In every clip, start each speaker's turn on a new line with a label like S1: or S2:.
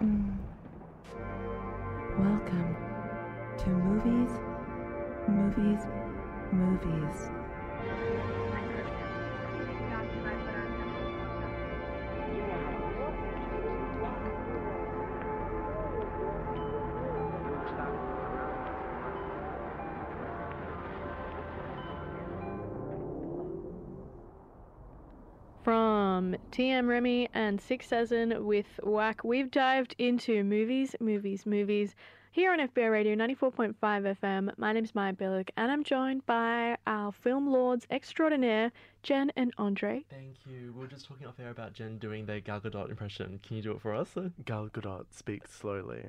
S1: Mm. movies, movies.
S2: From TM Remy and Six Sezen with Whack, we've dived into movies, movies, movies here on FBI Radio 94.5 FM. My name's Maya Billick and I'm joined by our film lords extraordinaire, Jen and Andre.
S3: Thank you. We were just talking off air about Jen doing the Gal Gadot impression. Can you do it for us?
S4: Gal Gadot speaks slowly.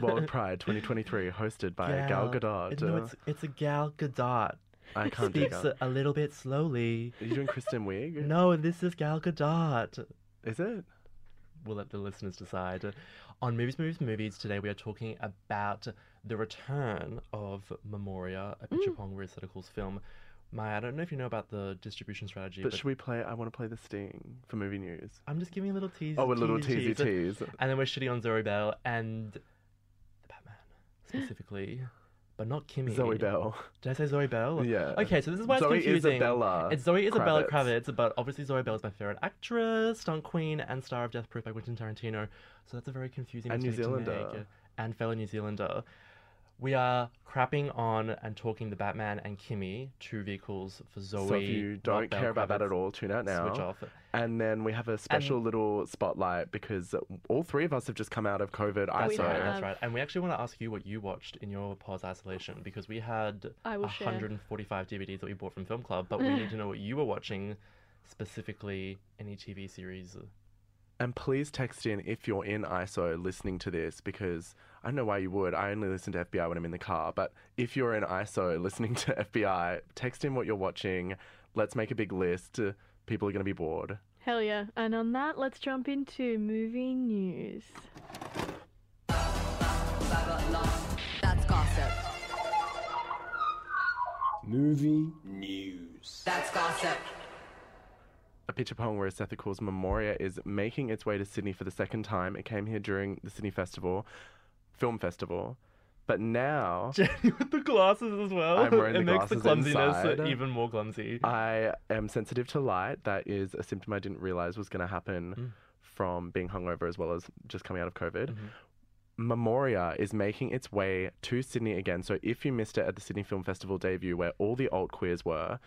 S4: World Pride 2023, hosted by Gal Gadot.
S3: No,
S4: Uh,
S3: it's, it's a Gal Gadot.
S4: I can't do
S3: Speaks
S4: Gal.
S3: a, a little bit slowly.
S4: Are you doing Kristen Wiig?
S3: No, this is Gal Gadot.
S4: Is it?
S3: We'll let the listeners decide. On Movies, Movies, Movies, today we are talking about the return of Memoria,
S4: Mm.
S3: a picture Pong Rhys Seticals film. Maya, I don't know if you know about the distribution strategy,
S4: But
S3: but,
S4: should we play I Want to Play the Sting for movie news?
S3: I'm just giving a little tease.
S4: Oh, a little
S3: teasy
S4: teasy tease.
S3: And then we're shitty on Zoe Bell and the Batman specifically, but not Kimmy.
S4: Zoe Bell.
S3: Did I say Zoe Bell?
S4: Yeah.
S3: Okay, so this is why
S4: Zoe
S3: it's confusing.
S4: Isabella
S3: It's Zoe Isabella
S4: Kravitz.
S3: Kravitz, but obviously Zoe Bell is my favorite actress, stunt queen, and star of Death Proof by Quentin Tarantino. So that's a very confusing
S4: And New
S3: mistake
S4: Zealander.
S3: to make. And fellow New Zealander. We are crapping on and talking the Batman and Kimmy, two vehicles for Zoe.
S4: So if you
S3: not
S4: don't
S3: Belle
S4: care about that
S3: Kravitz,
S4: at all, tune out now.
S3: switch off.
S4: And then we have a special little spotlight because all three of us have just come out of COVID.
S3: That's
S2: We
S4: ISO.
S3: right. That's
S2: have-
S3: right. And we actually want to ask you what you watched in your pause isolation because we had
S2: I will share.
S3: 145 DVDs that we bought from Film Club, but we need to know what you were watching, specifically any TV series.
S4: And please text in if you're in ISO listening to this because I don't know why you would. I only listen to FBI when I'm in the car. But if you're in ISO listening to FBI, text in what you're watching. Let's make a big list. People are going to be bored.
S2: Hell yeah. And on that, let's jump into movie news.
S5: That's gossip.
S6: Movie news.
S5: That's gossip.
S4: A picture poem where Seth calls Memoria is making its way to Sydney for the second time. It came here during the Sydney Festival, Film Festival. But now
S3: Jenny with the glasses as well.
S4: I'm wearing
S3: it
S4: the
S3: makes the
S4: glasses
S3: clumsiness
S4: inside.
S3: even more clumsy.
S4: I am sensitive to light. That is a symptom I didn't realize was going to happen from being hungover as well as just coming out of COVID.
S3: Mm-hmm.
S4: Memoria is making its way to Sydney again. So if you missed it at the Sydney Film Festival debut, where all the alt queers were,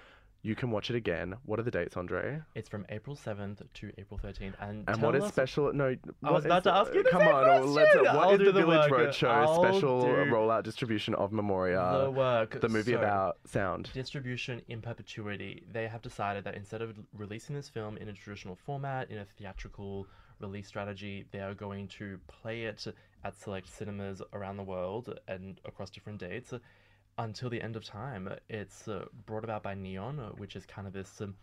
S4: you can watch it again. What are the dates, Andre?
S3: It's from April 7th to April 13th. And,
S4: And
S3: tell
S4: what is
S3: us-
S4: special? No,
S3: I
S4: what
S3: was about
S4: is-
S3: to ask you the
S4: Come
S3: same
S4: on, oh, let's.
S3: question.
S4: What
S3: I'll
S4: is
S3: do
S4: the
S3: the
S4: Village
S3: work.
S4: Roadshow
S3: I'll
S4: special
S3: do
S4: rollout distribution of Memoria?
S3: The work.
S4: the movie
S3: So-
S4: about sound.
S3: distribution in perpetuity, they have decided that instead of releasing this film in a traditional format, in a theatrical release strategy, they are going to play it at select cinemas around the world and across different dates until the end of time. It's uh, brought about by Neon, uh, which is kind of this. Um,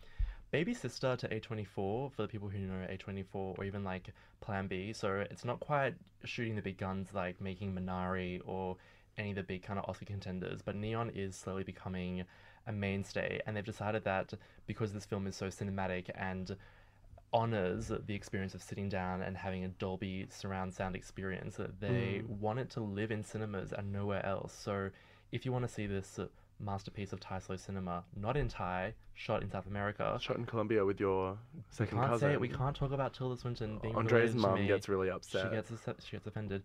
S3: Baby sister to A24 for the people who know A24 or even like Plan B. So it's not quite shooting the big guns like making Minari or any of the big kind of Oscar contenders, but Neon is slowly becoming a mainstay, and they've decided that because this film is so cinematic and honors the experience of sitting down and having a Dolby surround sound experience, that they
S4: Hmm.
S3: want it to live in cinemas and nowhere else. So if you want to see this uh, masterpiece of Thai slow cinema, not in Thai, shot in South America,
S4: Shot in Colombia with your 2nd
S3: can't
S4: cousin.
S3: say it. We can't talk about Tilda Swinton being
S4: Andre's
S3: related to
S4: mum
S3: me.
S4: gets really upset.
S3: She gets upset- she gets offended.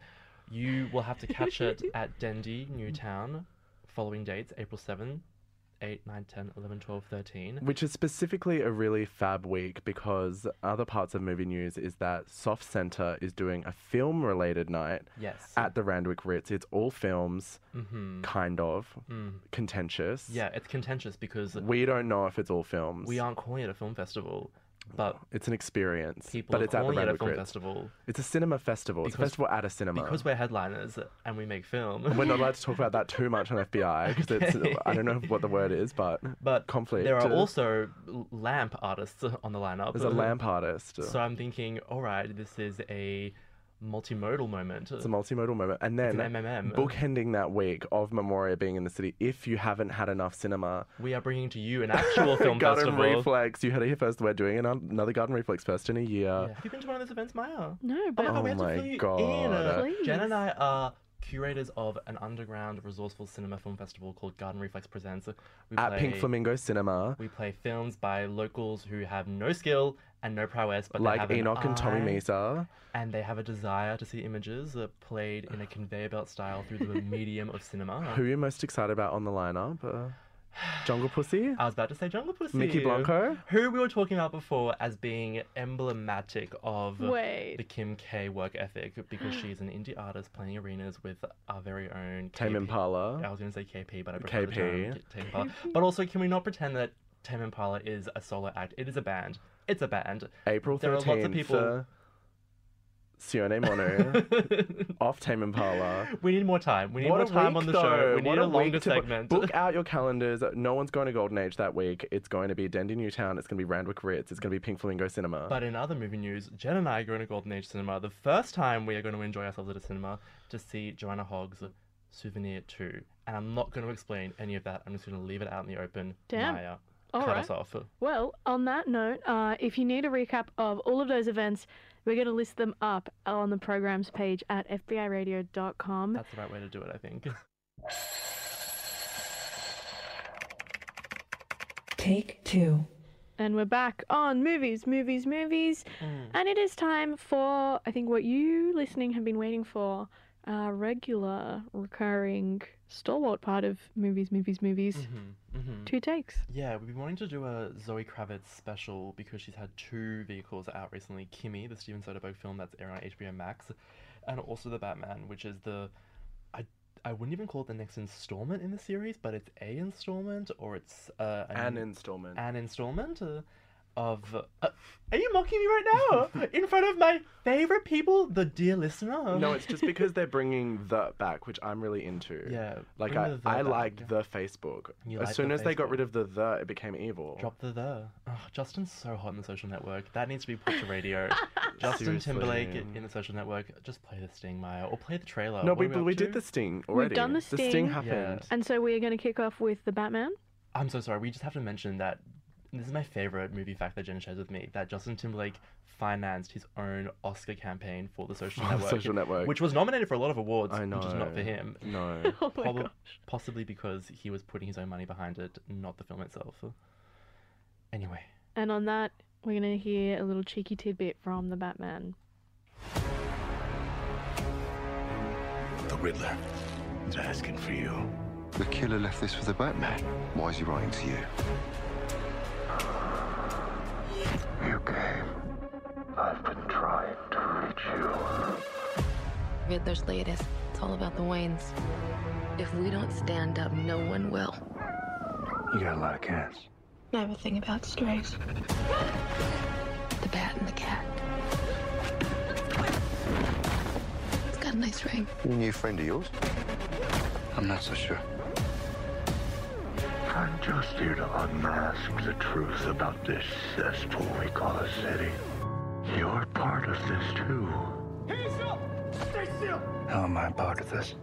S3: You will have to catch it at Dundee, Newtown, following dates April 7, 8, 9, 10, 11, 12, 13.
S4: Which is specifically a really fab week because other parts of movie news is that Soft Centre is doing a film related night
S3: Yes.
S4: at the Randwick Ritz. It's all films, kind of, contentious.
S3: Mm. yeah, it's contentious because
S4: We don't know if it's all films.
S3: we aren't calling it a film festival, but
S4: It's an experience.
S3: people
S4: but
S3: are
S4: it's at the
S3: calling it a
S4: Randwick
S3: film
S4: Ritz.
S3: festival
S4: It's a cinema festival. it's a
S3: Because-
S4: festival at a cinema.
S3: because we're headliners and we make film.
S4: We're not allowed to talk about that too much on FBI because
S3: Okay.
S4: it's I don't know what the word is, but
S3: but
S4: conflict.
S3: there are also l- lamp artists on the lineup.
S4: there's a lamp artist.
S3: uh, So I'm thinking, all right, this is a multimodal moment.
S4: It's a multimodal moment. And then
S3: an MMM.
S4: bookending that week of Memoria being in the city, if you haven't had enough cinema,
S3: We are bringing to you an actual film
S4: Garden
S3: festival.
S4: Reflex, you heard it here first, we're doing ano- another Garden Reflex first in a year.
S3: Yeah. Have you been to one of those events, Maya?
S2: No,
S3: Oh
S2: but
S3: my god,
S4: Oh
S3: we have
S4: my
S3: to fill you
S4: God.
S3: in.
S2: Please.
S3: Jen and I are curators of an underground resourceful cinema film festival called Garden Reflex Presents. We
S4: At Pink Flamingo Cinema,
S3: We play films by locals who have no skill and no prowess, but they
S4: like
S3: have an
S4: Enoch and Tommy
S3: eye,
S4: Mesa.
S3: and they have a desire to see images uh, played in a conveyor belt style through the medium of cinema.
S4: Who are you most excited about on the lineup? Uh, Jungle Pussy?
S3: I was about to say Jungle Pussy.
S4: Nikki Blanco?
S3: Who we were talking about before as being emblematic of
S2: oh, Wait.
S3: the Kim K work ethic because she's an indie artist playing arenas with our very own
S4: Tame
S3: KP. I
S4: Impala.
S3: was going to say KP, but I prefer the
S4: KP.
S3: term K- Tame Impala. But also, can we not pretend that Tame Impala is a solo act? It is a band. It's a band.
S4: April 13th.
S3: There are lots of people-
S4: uh, Sione Monu. off Tame Impala.
S3: we need more time. We need more
S4: a
S3: time on
S4: week,
S3: the show.
S4: though.
S3: We need
S4: What
S3: a
S4: week
S3: longer
S4: to book-
S3: segment.
S4: Book out your calendars. No one's going to Golden Age that week. It's going to be Dendy Newtown. It's going to be Randwick Ritz. It's going to be Pink Flamingo Cinema.
S3: But in other movie news, Jen and I are going to Golden Age Cinema. The first time we are going to enjoy ourselves at a cinema to see Joanna Hogg's Souvenir 2. And I'm not going to explain any of that. I'm just going to leave it out in the open.
S2: Damn.
S3: Maya,
S2: All
S3: cut
S2: right.
S3: us off.
S2: Well, on that note, uh, if you need a recap of all of those events, we're going to list them up on the programs page at fbiradio.com.
S3: That's the right way to do it, I think.
S1: Take two.
S2: And we're back on movies, movies, movies.
S3: Mm.
S2: And it is time for, I think, what you listening have been waiting for our regular, recurring, stalwart part of movies, movies, movies.
S4: Mm-hmm,
S3: Mhm.
S2: Two takes.
S3: Yeah, we've been wanting to do a Zoe Kravitz special because she's had two vehicles out recently Kimmy, the Steven Soderbergh film that's airing on HBO Max, and also The Batman, which is the. I, I wouldn't even call it the next installment in the series, but it's a installment or it's uh,
S4: an installment.
S3: an installment uh, of. Uh, are you mocking me right now? in front of my favorite people, the dear listener?
S4: no, it's just because they're bringing the back, which I'm really into.
S3: Yeah,
S4: Like
S3: bring
S4: I,
S3: the the
S4: I
S3: back.
S4: liked the Facebook.
S3: You
S4: as
S3: like
S4: soon
S3: the
S4: as they got
S3: Facebook.
S4: rid of the the, it became evil.
S3: Drop the the. Oh, Justin's so hot in the social network. that needs to be put to radio. Justin
S4: Seriously.
S3: Timberlake in in the social network. Just play the sting, Maya, or play the trailer.
S4: no,
S3: What
S4: we,
S3: are
S4: we,
S3: up
S4: did
S3: to?
S4: the sting already.
S2: done the
S4: The
S2: sting.
S4: sting happened.
S3: Yeah.
S2: And so we are going to kick off with The Batman.
S3: I'm so sorry. We just have to mention that this is my favorite movie fact that Jen shares with me. That Justin Timberlake financed his own Oscar campaign for the social
S4: For The
S3: network,
S4: Social Network.
S3: which was nominated for a lot of awards,
S4: I know.
S3: which is not for him.
S4: No.
S2: Oh my
S3: Probab-
S2: God.
S3: possibly because he was putting his own money behind it, not the film itself. Anyway,
S2: And on that, we're going to hear a little cheeky tidbit from The Batman.
S7: The Riddler is asking for you.
S8: The killer left this for the Batman. Why is he writing to you? You came. I've been trying to reach you.
S9: Riddler's latest. It's all about the Waynes. If we don't stand up, no one will.
S8: You got a lot of cats.
S9: I have a thing about strays. The bat and the cat. It's got a nice ring.
S8: Your new friend of yours? I'm not so sure.
S7: I'm just here to unmask the truth about this cesspool we call a city.
S8: You're part of this too. How am I part of this?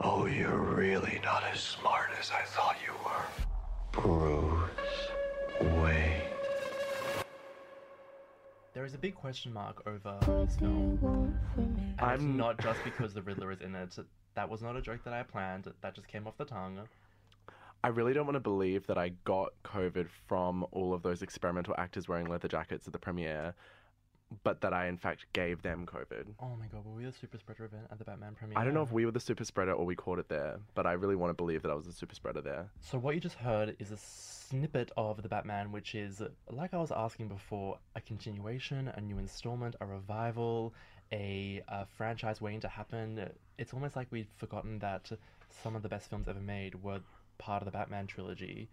S8: Oh, you're really not as smart as I thought you were. Bruce Wayne.
S3: there is a big question mark over this film. And it's
S4: I'm-
S3: not just because the Riddler is in it. That was not a joke that I planned. That just came off the tongue.
S4: I really don't want to believe that I got COVID from all of those experimental actors wearing leather jackets at the premiere, but that I in fact gave them COVID.
S3: Oh my god, were we the super spreader event at the Batman premiere?
S4: I don't know if we were the super spreader or we caught it there, but I really want to believe that I was the super spreader there.
S3: So what you just heard is a snippet of the Batman, which is, like I was asking before, a continuation, a new installment, a revival, a, a franchise waiting to happen. It's almost like we'd forgotten that some of the best films ever made were part of the Batman trilogy.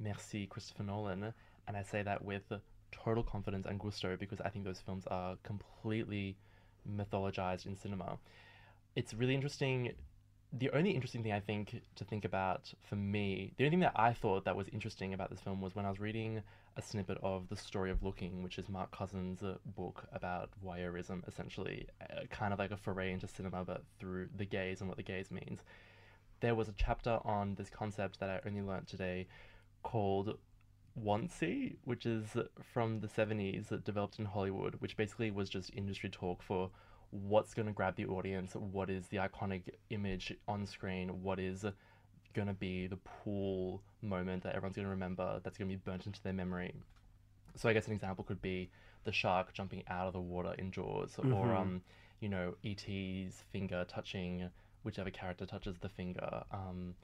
S3: Merci, Christopher Nolan. And I say that with total confidence and gusto because I think those films are completely mythologized in cinema. It's really interesting. The only interesting thing I think to think about for me, the only thing that I thought that was interesting about this film was when I was reading a snippet of The Story of Looking, which is Mark Cousins' uh, book about voyeurism, essentially, uh, kind of like a foray into cinema, but through the gaze and what the gaze means there was a chapter on this concept that I only learnt today called Wancy, which is from the 70s that developed in Hollywood, which basically was just industry talk for what's going to grab the audience, what is the iconic image on screen, what is going to be the pool moment that everyone's going to remember, that's going to be burnt into their memory. So I guess an example could be the shark jumping out of the water in Jaws, or um, you know, E.T.'s finger touching whichever character touches the finger. Um,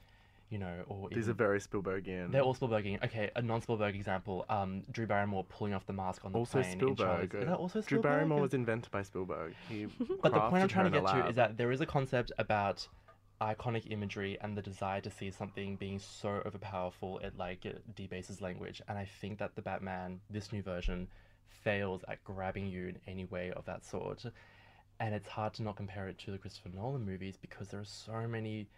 S3: you know, or
S4: These
S3: even-
S4: are very Spielbergian.
S3: they're all Spielbergian. Okay, a non-Spielberg example: um, Drew Barrymore pulling off the mask on the
S4: also
S3: plane. in Charlie's-
S4: Spielberg. uh,
S3: Is that also
S4: Drew Barrymore
S3: Spielberg?
S4: was invented by Spielberg. He
S3: But the point I'm
S4: crafted her
S3: trying to
S4: in a
S3: get to
S4: lab.
S3: is that there is a concept about iconic imagery and the desire to see something being so overpowerful it like it debases language. And I think that the Batman, this new version, fails at grabbing you in any way of that sort. And it's hard to not compare it to the Christopher Nolan movies because there are so many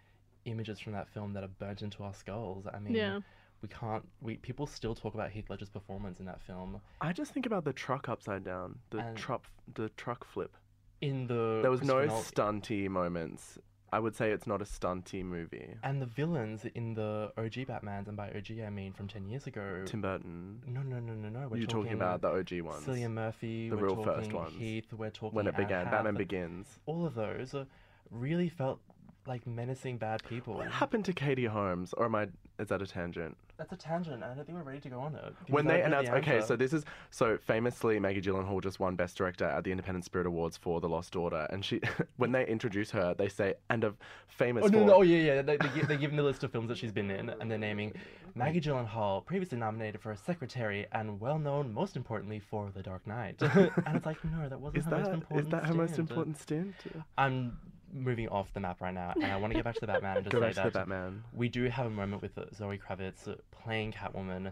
S3: images from that film that are burnt into our skulls. I mean,
S2: Yeah.
S3: we can't. We people still talk about Heath Ledger's performance in that film.
S4: I just think about the truck upside down, the
S3: And-
S4: truck, the truck flip.
S3: In the
S4: There was no
S3: Christopher Nolan-
S4: stunty moments. I would say it's not a stunty movie.
S3: And the villains in the OG Batmans, and by OG I mean from 10 years ago.
S4: Tim Burton.
S3: no, no, no, no, no. We're
S4: You're talking about the OG ones.
S3: Cillian Murphy,
S4: The
S3: we're
S4: real first
S3: talking
S4: ones.
S3: Heath, we're talking
S4: when it
S3: Anne
S4: began,
S3: Hath-
S4: Batman Begins.
S3: All of those uh, really felt like menacing bad people.
S4: What happened to Katie Holmes? Or am I? Is that a tangent?
S3: That's a tangent. I don't think we're ready to go on it. because
S4: when
S3: I
S4: they
S3: don't know the
S4: announced, okay,
S3: answer.
S4: so this is so famously Maggie Gyllenhaal just won Best Director at the Independent Spirit Awards for The Lost Daughter, and she, when they introduce her, they say, and a famous.
S3: Oh, no,
S4: for-
S3: no, oh yeah, yeah. They, they, gi- they're giving the list of films that she's been in, and they're naming Maggie Gyllenhaal, previously nominated for a secretary, and well known, most importantly, for The Dark Knight. and it's like, no, that wasn't
S4: Is
S3: her most
S4: that
S3: important.
S4: is that her most
S3: stint.
S4: important stint?
S3: I'm moving off the map right now, and I want to get back to the Batman and just
S4: Go
S3: say
S4: back to
S3: that
S4: the Batman.
S3: we do have a moment with Zoe Kravitz uh, playing Catwoman,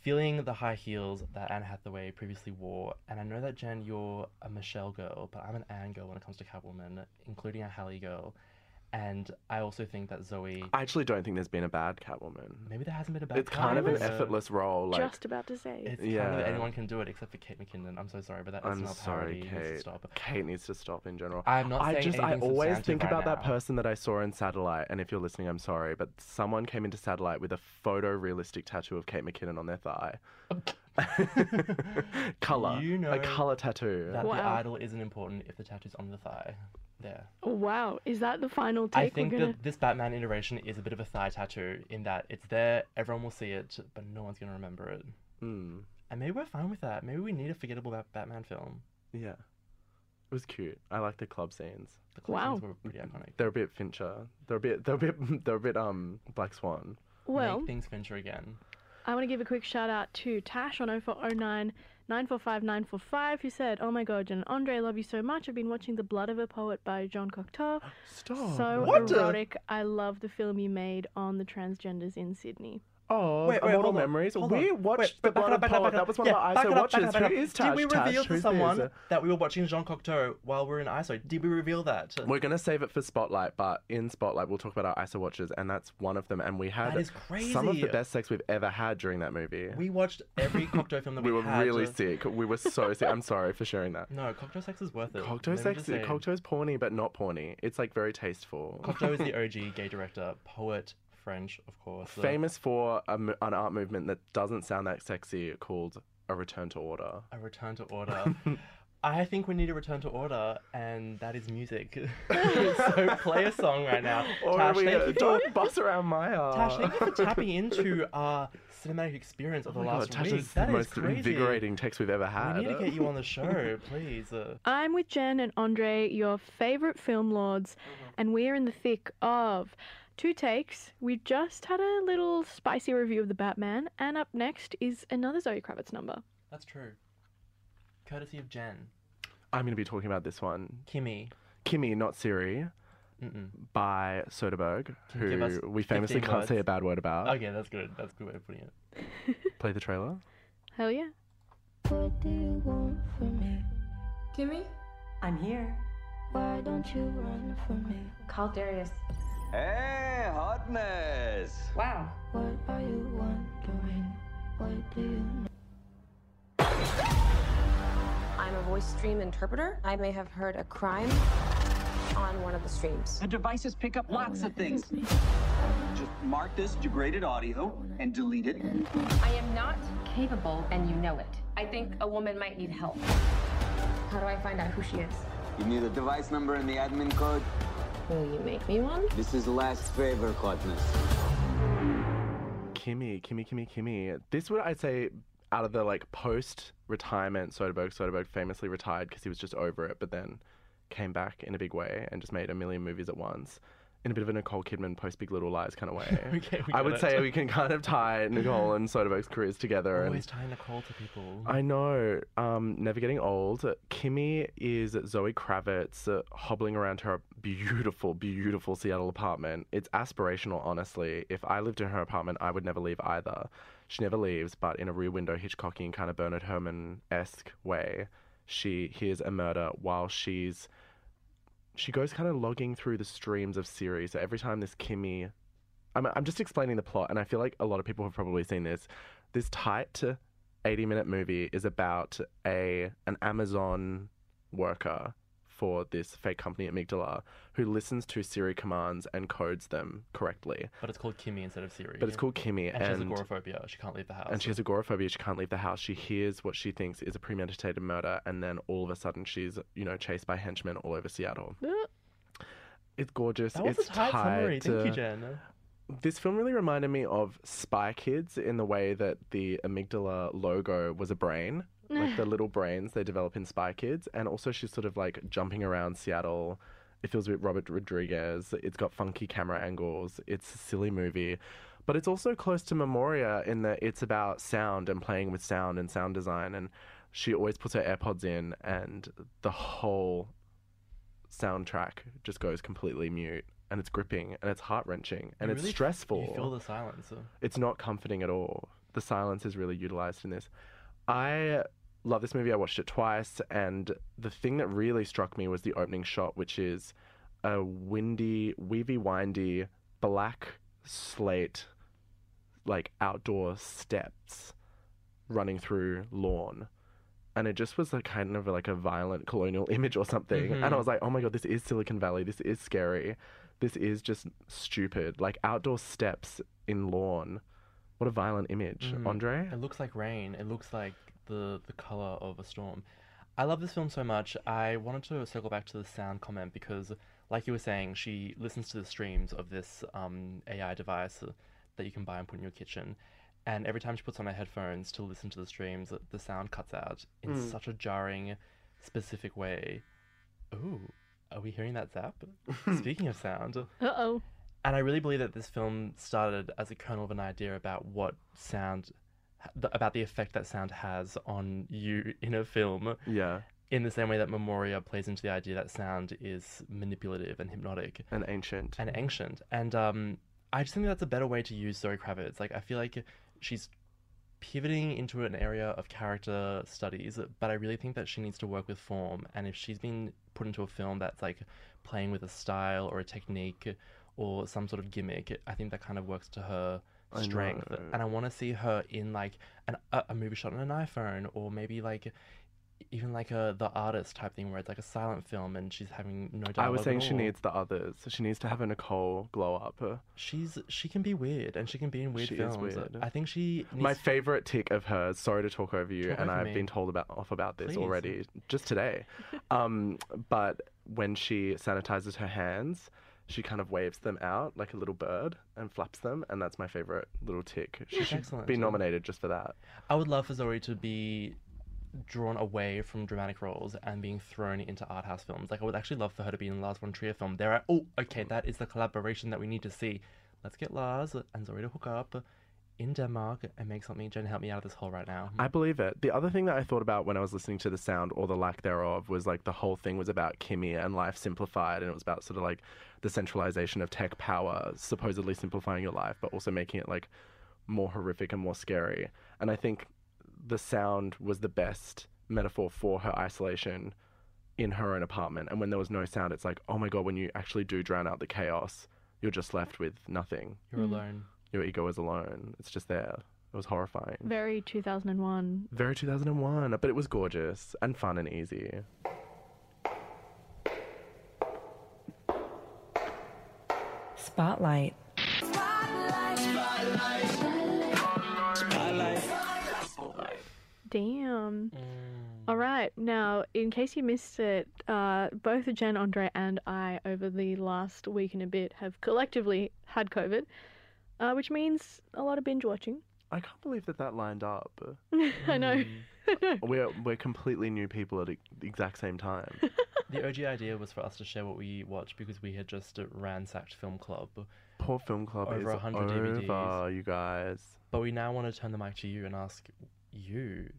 S3: feeling the high heels that Anne Hathaway previously wore. And I know that Jen, you're a Michelle girl, but I'm an Anne girl when it comes to Catwoman, including a Halle girl. And I also think that Zoe,
S4: I actually don't think there's been a bad Catwoman.
S3: maybe there hasn't been a bad.
S4: It's kind of an
S2: was-
S3: Catwoman.
S4: effortless role. Like
S2: Just about to say.
S3: It's kind
S4: Yeah.
S3: of anyone can do it except for Kate McKinnon. I'm so sorry, but that is
S4: I'm
S3: not parody.
S4: sorry,
S3: It needs to
S4: Kate.
S3: stop.
S4: Kate needs to stop in general.
S3: I'm not
S4: I
S3: saying
S4: just I
S3: anything
S4: always
S3: substantive
S4: think
S3: right
S4: about that
S3: now.
S4: person that I saw in Satellite, and if you're listening, I'm sorry, but someone came into Satellite with a photorealistic tattoo of Kate McKinnon on their thigh. color,
S3: You know
S4: a color tattoo.
S3: That the
S2: Wow.
S3: idol isn't important if the tattoo's on the thigh. There.
S2: Wow, is that the final take?
S3: I think
S2: we're gonna...
S3: that this Batman iteration is a bit of a thigh tattoo in that it's there, everyone will see it, but no one's going to remember it.
S4: Mm,
S3: And maybe we're fine with that. Maybe we need a forgettable Bat- Batman film.
S4: yeah, it was cute. I like the club scenes.
S3: The cartoons
S2: Wow.
S3: were pretty iconic.
S4: They're a bit Fincher. They're a bit. They're a bit. They're a bit. Um, Black Swan.
S2: well,
S3: Make things venture again.
S2: I want to give a quick shout out to Tash on 0409 945 945 who said, Oh my god, Jen and Andre, love you so much. I've been watching The Blood of a Poet by John Cocteau.
S4: Stop.
S2: so
S4: What?
S2: erotic. I love the film you made on the transgenders in Sydney.
S4: Oh,
S3: Wait, wait,
S4: Immortal
S3: hold on,
S4: Memories.
S3: hold
S4: we
S3: on.
S4: watched
S3: Wait, back
S4: the
S3: it up,
S4: Blood of
S3: back it up,
S4: Poet.
S3: back it
S4: That
S3: up.
S4: was one
S3: Yeah,
S4: of our
S3: back it
S4: ISO
S3: up, back it
S4: watches.
S3: up, back
S4: Who
S3: it
S4: is
S3: up.
S4: Tash?
S3: Did we
S4: Tash,
S3: reveal
S4: who
S3: to
S4: is
S3: someone
S4: it?
S3: that we were watching Jean Cocteau while we were in ISO? Did we reveal that?
S4: We're gonna save it for Spotlight, but in Spotlight we'll talk about our ISO watches, and that's one of them. And we had
S3: That is
S4: some of
S3: crazy.
S4: the best sex we've ever had during that movie.
S3: We watched every Cocteau film that we,
S4: were
S3: had.
S4: really sick. We were so sick. I'm sorry for sharing that.
S3: No, Cocteau sex is worth it.
S4: Cocteau
S3: Let me just
S4: sexy.
S3: say.
S4: Cocteau's porny, but not porny. It's like very tasteful.
S3: Cocteau is the OG gay director, poet, French, of course. uh,
S4: Famous for a mo- an art movement that doesn't sound that sexy, called a return to order.
S3: A return to order. I think we need a return to order, and that is music. so play a song right now.
S4: Or
S3: Tash,
S4: are we
S3: thank
S4: gonna-
S3: you for,
S4: don't bus around Maya.
S3: Tash, thank you for tapping into our cinematic experience of
S4: Oh
S3: the
S4: my God,
S3: last
S4: Tash,
S3: week.
S4: this is
S3: That
S4: the
S3: is
S4: most
S3: crazy.
S4: invigorating text we've ever had.
S3: We need to get you on the show, please. Uh,
S2: I'm with Jen and Andre, your favourite film lords, and we're in the thick of two takes. We just had a little spicy review of The Batman, and up next is another Zoe Kravitz number.
S3: that's true. Courtesy of Jen,
S4: I'm going to be talking about this one,
S3: Kimmy.
S4: Kimmy, not Siri,
S3: Mm-mm.
S4: by Soderbergh,
S3: Can you give us
S4: who we famously
S3: 15
S4: can't say
S3: words?
S4: a bad word about.
S3: Okay, that's good. That's a good way of putting it.
S4: Play the trailer.
S2: Hell yeah.
S9: What do you want from me?
S5: Kimmy?
S1: I'm here.
S9: Why don't you run from me?
S10: Call Darius.
S8: Hey, hotness!
S10: Wow.
S9: What are you wondering? What do you know?
S10: I'm a voice stream interpreter. I may have heard a crime on one of the streams.
S11: The devices pick up lots of things. Just mark this degraded audio and delete it.
S10: I am not capable, and you know it. I think a woman might need help. How do I find out who she is?
S11: You need the device number and the admin code?
S10: Will you make me one?
S11: This is last favor, Cotness.
S4: Kimmy, Kimmy, Kimmy, Kimmy. This would I'd say out of the like post retirement Soderbergh. Soderbergh famously retired because he was just over it, but then came back in a big way and just made a million movies at once. In a bit of a Nicole Kidman post Big Little Lies kind of way.
S3: Okay, we
S4: I
S3: get
S4: would
S3: it.
S4: say we can kind of tie Nicole and Soderbergh's careers together.
S3: Always
S4: And
S3: tying Nicole to people.
S4: I know, um, never getting old. Kimmy is Zoe Kravitz uh, hobbling around her beautiful, beautiful Seattle apartment. It's aspirational, honestly. If I lived in her apartment, I would never leave either. She never leaves, but in a rear window Hitchcockian kind of Bernard Herman esque way, she hears a murder while she's she goes kind of logging through the streams of series. So every time this Kimmy, I'm, I'm just explaining the plot, and I feel like a lot of people have probably seen this. This tight 80 minute movie is about a an Amazon worker for this fake company Amygdala who listens to Siri commands and codes them correctly.
S3: But it's called Kimmy instead of Siri.
S4: But it's called Kimmy,
S3: And, she has
S4: and-
S3: agoraphobia. She can't leave the house.
S4: And she has agoraphobia. She can't leave the house. She hears what she thinks is a premeditated murder, and then all of a sudden she's, you know, chased by henchmen all over Seattle. It's gorgeous.
S3: That was
S4: it's
S3: a tight summary. Thank you,
S4: uh,
S3: Jen.
S4: This film really reminded me of Spy Kids in the way that the amygdala logo was a brain, like the little brains they develop in Spy Kids. And also, she's sort of like jumping around Seattle. It feels a bit Robert Rodriguez. It's got funky camera angles. It's a silly movie. But it's also close to Memoria in that it's about sound and playing with sound and sound design. And she always puts her AirPods in, and the whole soundtrack just goes completely mute and it's gripping and it's heart wrenching and
S3: You
S4: it's
S3: really f-
S4: stressful.
S3: You feel the silence.
S4: It's not comforting at all. The silence is really utilized in this. I love this movie. I watched it twice, and the thing that really struck me was the opening shot, which is a windy, weavy, windy, black slate, like outdoor steps running through lawn. And it just was like kind of like a violent colonial image or something. And I
S3: Mhm.
S4: was like, oh my God, this is Silicon Valley. This is scary. This is just stupid. Like outdoor steps in lawn. What a violent image.
S3: Mm.
S4: Andre?
S3: It looks like rain. It looks like the the color of a storm. I love this film so much. I wanted to circle back to the sound comment because, like you were saying, she listens to the streams of this um, AI device uh, that you can buy and put in your kitchen. And every time she puts on her headphones to listen to the streams, uh, the sound cuts out in
S4: Mm.
S3: such a jarring, specific way. Ooh, are we hearing that zap? Speaking of sound,
S2: Uh oh.
S3: and I really believe that this film started as a kernel of an idea about what sound, th- about the effect that sound has on you in a film.
S4: Yeah.
S3: In the same way that Memoria plays into the idea that sound is manipulative and hypnotic
S4: And ancient.
S3: and ancient. And um, I just think that's a better way to use Zoe Kravitz. Like, I feel like she's pivoting into an area of character studies, but I really think that she needs to work with form. And if she's been put into a film that's like playing with a style or a technique or some sort of gimmick, I think that kind of works to her
S4: I
S3: strength.
S4: know.
S3: and I want to see her in like an, a, a movie shot on an iPhone or maybe like. Even like a the artist type thing where it's like a silent film and she's having no. Dialogue
S4: I was
S3: at
S4: saying she
S3: all.
S4: needs the others. She needs to have a Nicole glow up.
S3: She's she can be weird and she can be in weird
S4: She is
S3: films.
S4: weird.
S3: I think she needs
S4: My favorite tick of hers. Sorry to talk over you,
S3: Talk
S4: and
S3: over
S4: I've
S3: me.
S4: been told about off about this
S3: Please.
S4: already just today. um, but when she sanitizes her hands, she kind of waves them out like a little bird and flaps them, and that's my favorite little tick. She
S3: That's
S4: should
S3: excellent,
S4: be
S3: yeah.
S4: nominated just for that.
S3: I would love for Zoe to be drawn away from dramatic roles and being thrown into art house films. Like I would actually love for her to be in the Lars von Trier film. There are oh okay, that is the collaboration that we need to see. Let's get Lars and Zoe to hook up in Denmark and make something. Jen, help me out of this hole right now.
S4: I believe it. The other thing that I thought about when I was listening to the sound or the lack thereof was like the whole thing was about Kimmy and life simplified, and it was about sort of like the centralization of tech power, supposedly simplifying your life, but also making it like more horrific and more scary. And I think the sound was the best metaphor for her isolation in her own apartment. And when there was no sound, it's like, oh my God, when you actually do drown out the chaos, you're just left with nothing.
S3: You're Mm. alone.
S4: Your ego is alone. It's just there. It was horrifying.
S2: Very 2001.
S4: Very 2001, but it was gorgeous and fun and easy.
S1: Spotlight.
S2: Damn. All right. Now, in case you missed it, uh, both Jen, Andre, and I, over the last week and a bit, have collectively had COVID, uh, which means a lot of binge watching.
S4: I can't believe that that lined up.
S2: I know.
S4: we're we're completely new people at e- the exact same time.
S3: The OG idea was for us to share what we watched because we had just ransacked Film Club.
S4: Poor film club
S3: Over
S4: is
S3: 100 DVDs.
S4: over, you guys.
S3: But we now want to turn the mic to you and ask you,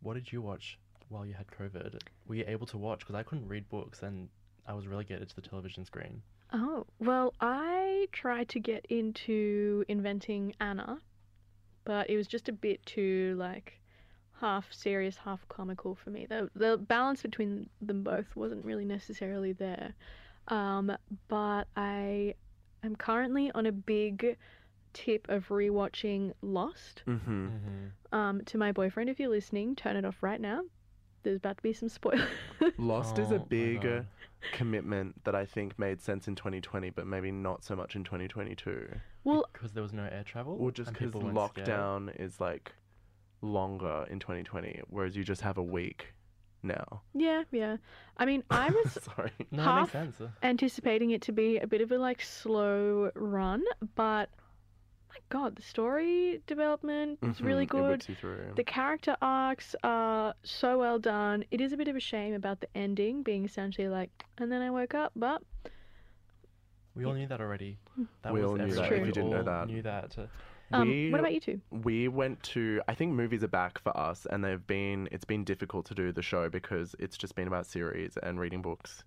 S3: what did you watch while you had COVID? Were you able to watch? Because I couldn't read books and I was relegated to the television screen.
S2: Oh, well, I tried to get into inventing Anna, but it was just a bit too, like, half serious, half comical for me. The, the balance between them both wasn't really necessarily there. Um, but I am currently on a big tip of rewatching Lost
S4: Mm-hmm.
S2: um, to my boyfriend. If you're listening, turn it off right now. There's about to be some spoilers.
S4: Lost is
S3: Oh
S4: a
S3: my
S4: big
S3: God.
S4: uh, commitment that I think made sense in 2020, but maybe not so much in 2022.
S2: well,
S3: Because there was no air travel?
S4: Or just
S3: and
S4: because
S3: people weren't scared?
S4: lockdown is like longer in 2020, whereas you just have a week now.
S2: yeah, yeah. I mean, I was
S4: Sorry.
S3: No,
S2: half
S3: that makes sense.
S2: anticipating it to be a bit of a like slow run, but my god, the story development is really
S4: Mhm, It
S2: good.
S4: whips you through.
S2: The character arcs are so well done. It is a bit of a shame about the ending being essentially like, and then I woke up, but
S3: We all knew that already. That
S4: We
S3: was
S4: all knew that,
S3: everything.
S4: if you didn't
S3: We
S4: know
S3: all
S4: that. Uh,
S3: knew that.
S2: Um, what about you two?
S4: We went to. I think movies are back for us, and they've been. It's been difficult to do the show because it's just been about series and reading books.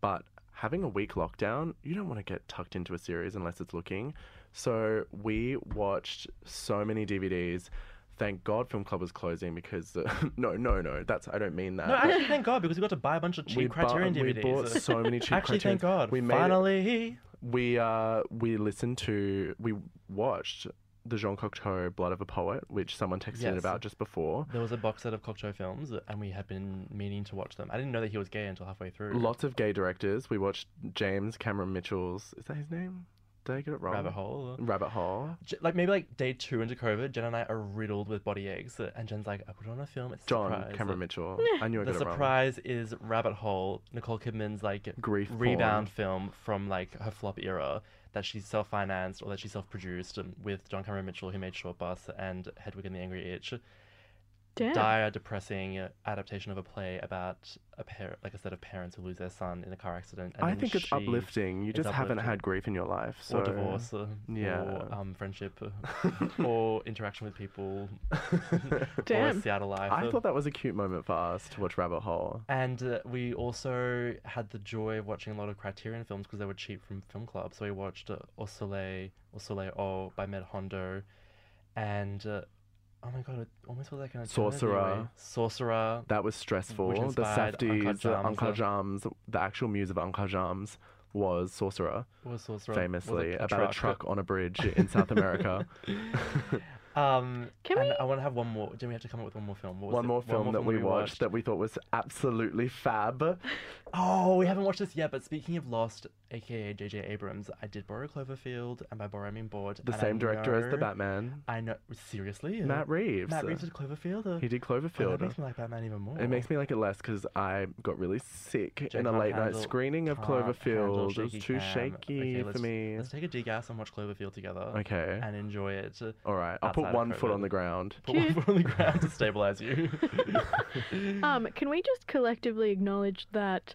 S4: But having a week lockdown, you don't want to get tucked into a series unless it's looking. So we watched so many DVDs. Thank God Film Club was closing because uh, no, no, no. That's I don't mean that.
S3: No, actually, thank God, because we got to buy a bunch of cheap
S4: We bu-
S3: Criterion
S4: we
S3: DVDs.
S4: bought so many cheap
S3: Actually, thank God.
S4: Criterions. We
S3: We
S4: made it-
S3: Finally.
S4: we uh we listened to we watched the Jean Cocteau Blood of a Poet, which someone texted in
S3: Yes.
S4: about just before.
S3: There was a box set of Cocteau films, and we had been meaning to watch them. I didn't know that he was gay until halfway through.
S4: Lots of gay directors. We watched James Cameron Mitchell's. Is that his name? Did I get it wrong?
S3: Rabbit hole.
S4: Rabbit hole.
S3: J- like maybe like day two into COVID, Jen and I are riddled with body aches, uh, and Jen's like, I put on a film. It's a
S4: John
S3: surprise. Uh,
S4: Cameron Mitchell. I knew I
S3: The
S4: got it wrong.
S3: surprise is Rabbit Hole, Nicole Kidman's like
S4: Grief
S3: rebound
S4: porn.
S3: film from like her flop era that she self financed or that she self produced with John Cameron Mitchell, who made Short Bus and Hedwig and the Angry Itch.
S2: Damn.
S3: Dire, depressing uh, adaptation of a play about a pair, like a set of parents who lose their son in a car accident. and
S4: I
S3: then
S4: think it's
S3: she
S4: uplifting. You
S3: is
S4: just haven't
S3: uplifting
S4: had grief in your life. So
S3: or divorce, uh,
S4: Yeah.
S3: or um, friendship, uh, or interaction with people,
S2: Damn.
S3: or Seattle life.
S4: I
S3: uh,
S4: thought that was a cute moment for us to watch Rabbit Hole.
S3: And uh, we also had the joy of watching a lot of Criterion films because they were cheap from Film Club. So we watched uh, Au Soleil, Au Soleil Oh by Med Hondo, and uh, oh my god, it almost was like an eternity
S4: Sorcerer.
S3: away. Sorcerer.
S4: That was stressful.
S3: Which
S4: The
S3: inspired Uncut
S4: Safdies, the
S3: Jams,
S4: Uncle
S3: uh,
S4: Jams, the actual muse of Uncle Jams was Sorcerer.
S3: Was Sorcerer. Was a-
S4: Famously,
S3: a
S4: about a
S3: truck.
S4: truck on a bridge in South America.
S3: Um,
S2: Can
S3: and
S2: we-
S3: I want to have one more. Do we have to come up with one more film? What was
S4: One
S3: it-
S4: more film that we watched that we thought was absolutely fab.
S3: Oh, we haven't watched this yet, but speaking of Lost, aka JJ Abrams, I did borrow Cloverfield, and by borrow I mean bored.
S4: The
S3: and I
S4: same director as the
S3: know-
S4: Batman,
S3: I know. Seriously?
S4: Matt Reeves.
S3: Matt Reeves did Cloverfield? uh,
S4: He did
S3: Oh, that
S4: Cloverfield.
S3: makes me like Batman even more.
S4: It makes me like it less because I got really sick in a
S3: can't
S4: late night
S3: handle-
S4: screening of
S3: can't handle
S4: Cloverfield. It was
S3: shaky
S4: too
S3: cam.
S4: shaky
S3: Okay,
S4: for
S3: let's-
S4: me.
S3: Let's take a degas and watch Cloverfield together.
S4: Okay.
S3: And enjoy it.
S4: All right, I'll
S3: outside
S4: put
S3: of
S4: one foot on
S3: COVID.
S4: the ground.
S3: Put one foot on the ground to stabilize you.
S2: Um, can we just collectively acknowledge that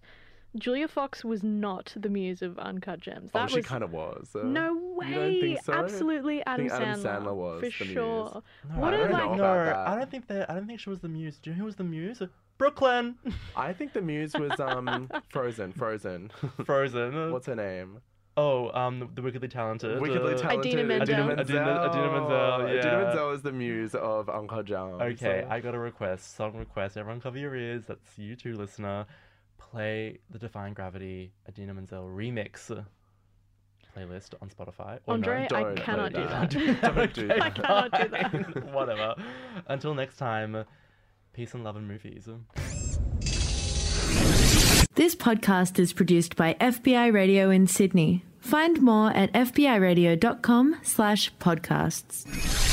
S2: Julia Fox was not the muse of Uncut Gems?
S4: Oh,
S2: That
S4: she
S2: was
S4: kind of was. uh,
S2: no
S4: you
S2: way.
S4: don't think so?
S2: Absolutely,
S4: I
S2: Adam
S4: think Adam
S2: Sandler,
S4: Sandler was
S2: for
S4: the muse.
S2: sure.
S3: No,
S2: what
S4: I
S2: a
S4: don't
S2: like
S4: know
S3: no,
S4: about that.
S3: I don't think that. I don't think she was the muse. Do you know who was the muse? Brooklyn.
S4: I think the muse was um Frozen. Frozen.
S3: Frozen.
S4: What's her name?
S3: Oh, um, the wickedly talented.
S4: Wickedly
S3: uh,
S4: talented.
S2: Menzel.
S4: Adina
S2: Adina-
S4: Menzel.
S3: Adina Menzel, yeah.
S4: Adina Menzel is the muse of Uncle John.
S3: Okay, I got a request, song request. Everyone cover your ears. That's you two, listener. Play the Define Gravity Adina Menzel remix playlist on Spotify. Or no,
S2: Andre, I
S4: don't
S2: cannot
S4: do
S2: do
S4: that.
S2: that.
S4: Don't do
S3: Okay,
S4: that. I
S2: cannot do
S3: fine. Whatever. Until next time, peace and love and movies.
S12: This podcast is produced by FBI Radio in Sydney. Find more at fbiradio.com slash podcasts.